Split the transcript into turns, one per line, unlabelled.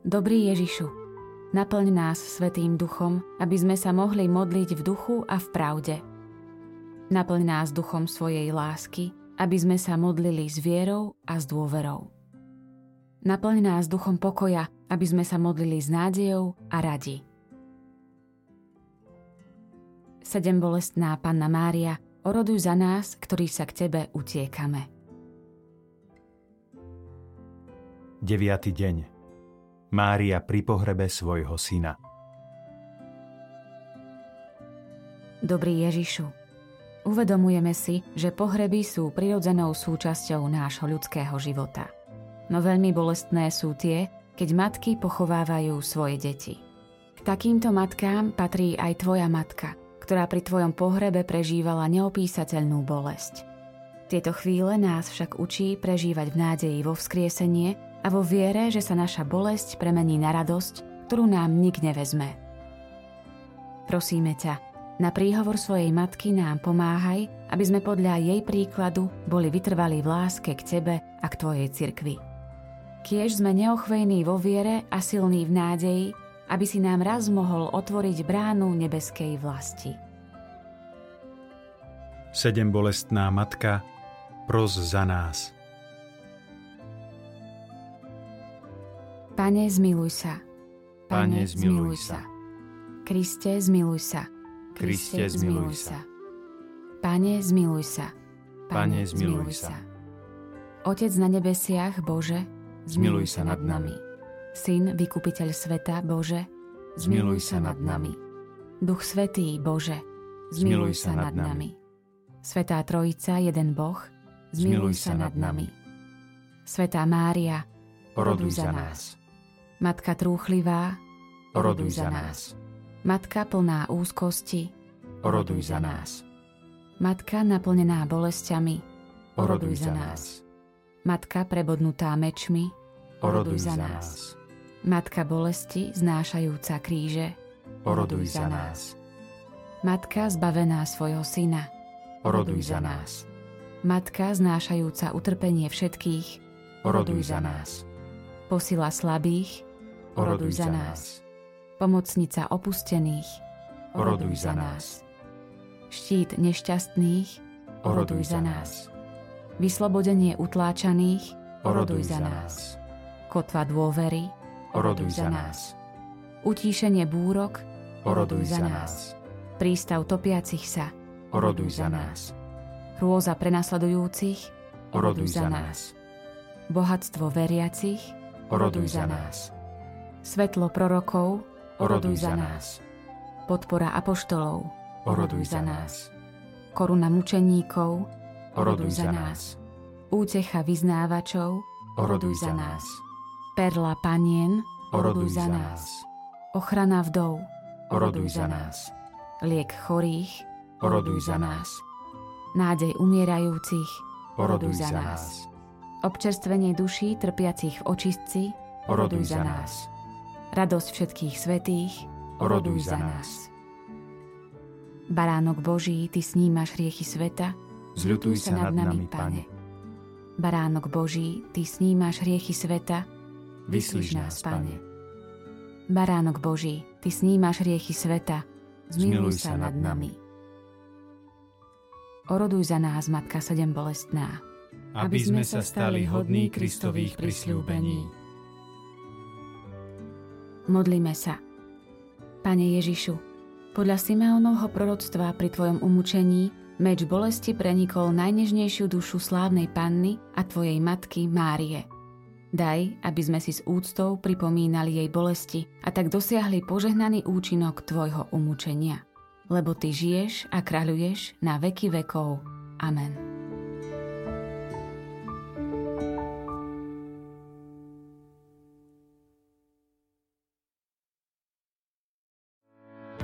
Dobrý Ježišu, naplň nás Svetým Duchom, aby sme sa mohli modliť v duchu a v pravde. Naplň nás duchom svojej lásky, aby sme sa modlili s vierou a s dôverou. Naplň nás duchom pokoja, aby sme sa modlili s nádejou a radi. Sedem bolestná Panna Mária, oroduj za nás, ktorí sa k Tebe utiekame.
9. deň Mária pri pohrebe svojho syna.
Dobrý Ježišu, uvedomujeme si, že pohreby sú prirodzenou súčasťou nášho ľudského života. No veľmi bolestné sú tie, keď matky pochovávajú svoje deti. K takýmto matkám patrí aj tvoja matka, ktorá pri tvojom pohrebe prežívala neopísateľnú bolesť. Tieto chvíle nás však učí prežívať v nádeji vo vzkriesenie a vo viere, že sa naša bolesť premení na radosť, ktorú nám nik nevezme. Prosíme ťa, na príhovor svojej matky nám pomáhaj, aby sme podľa jej príkladu boli vytrvali v láske k tebe a k tvojej cirkvi. Kiež sme neochvejní vo viere a silní v nádeji, aby si nám raz mohol otvoriť bránu nebeskej vlasti.
Sedem bolestná matka, pros za nás.
Pane, zmiluj sa.
Pane, zmiluj sa.
Kriste, zmiluj sa.
Kriste, zmiluj sa.
Pane, zmiluj sa.
Pane, zmiluj sa.
Otec na nebesiach, Bože,
Zmiluj sa nad nami.
Syn, vykupiteľ sveta, Bože,
Zmiluj sa nad nami.
Duch Svetý, Bože,
Zmiluj sa nad nami.
Svetá Trojica, jeden Boh,
Zmiluj sa nad nami.
Svetá Mária,
Oroduj za nás.
Matka trúchlivá,
Oroduj za nás.
Matka plná úzkosti,
Oroduj za nás.
Matka naplnená bolestiami,
Oroduj za nás.
Matka prebodnutá mečmi,
Oroduj za nás.
Matka bolesti znášajúca kríže,
Oroduj za nás.
Matka zbavená svojho syna,
Oroduj za nás.
Matka znášajúca utrpenie všetkých,
Oroduj za nás.
posila slabých,
Oroduj za nás.
pomocnica opustených,
Oroduj za nás.
štít nešťastných,
Oroduj za nás.
vyslobodenie utláčaných,
Oroduj za nás.
kotva dôvery,
Oroduj za nás.
utíšenie búrok,
Oroduj za nás.
prístav topiacich sa,
Oroduj za nás.
hrôza prenasledujúcich,
Oroduj za nás.
bohatstvo veriacich,
Oroduj za nás.
svetlo prorokov,
Oroduj za nás.
podpora apoštolov,
Oroduj za nás.
koruna mučeníkov,
Oroduj za nás.
útecha vyznávačov,
Oroduj za nás.
perla panien,
Oroduj za nás.
ochrana vdov,
Oroduj za nás.
liek chorých,
Oroduj za nás.
nádej umierajúcich,
Oroduj za nás.
občerstvenie duší trpiacich v očistci,
Oroduj za nás.
radosť všetkých svetých,
Oroduj za nás.
Baránok Boží, Ty snímaš riechy sveta,
Zľutuj sa nad nami, Pane.
Baránok Boží, Ty snímaš riechy sveta,
Vyslíš nás, Pane.
Baránok Boží, Ty snímaš riechy sveta, zmiluj sa nad nami. Oroduj za nás, Matka Sedembolestná.
Aby sme sa stali hodní Kristových prisľúbení.
Modlíme sa. Pane Ježišu, podľa Simeonovho proroctva pri Tvojom umúčení meč bolesti prenikol najnežnejšiu dušu slávnej panny a Tvojej matky Márie. Daj, aby sme si s úctou pripomínali jej bolesti a tak dosiahli požehnaný účinok Tvojho umúčenia. Lebo Ty žiješ a kráľuješ na veky vekov. Amen.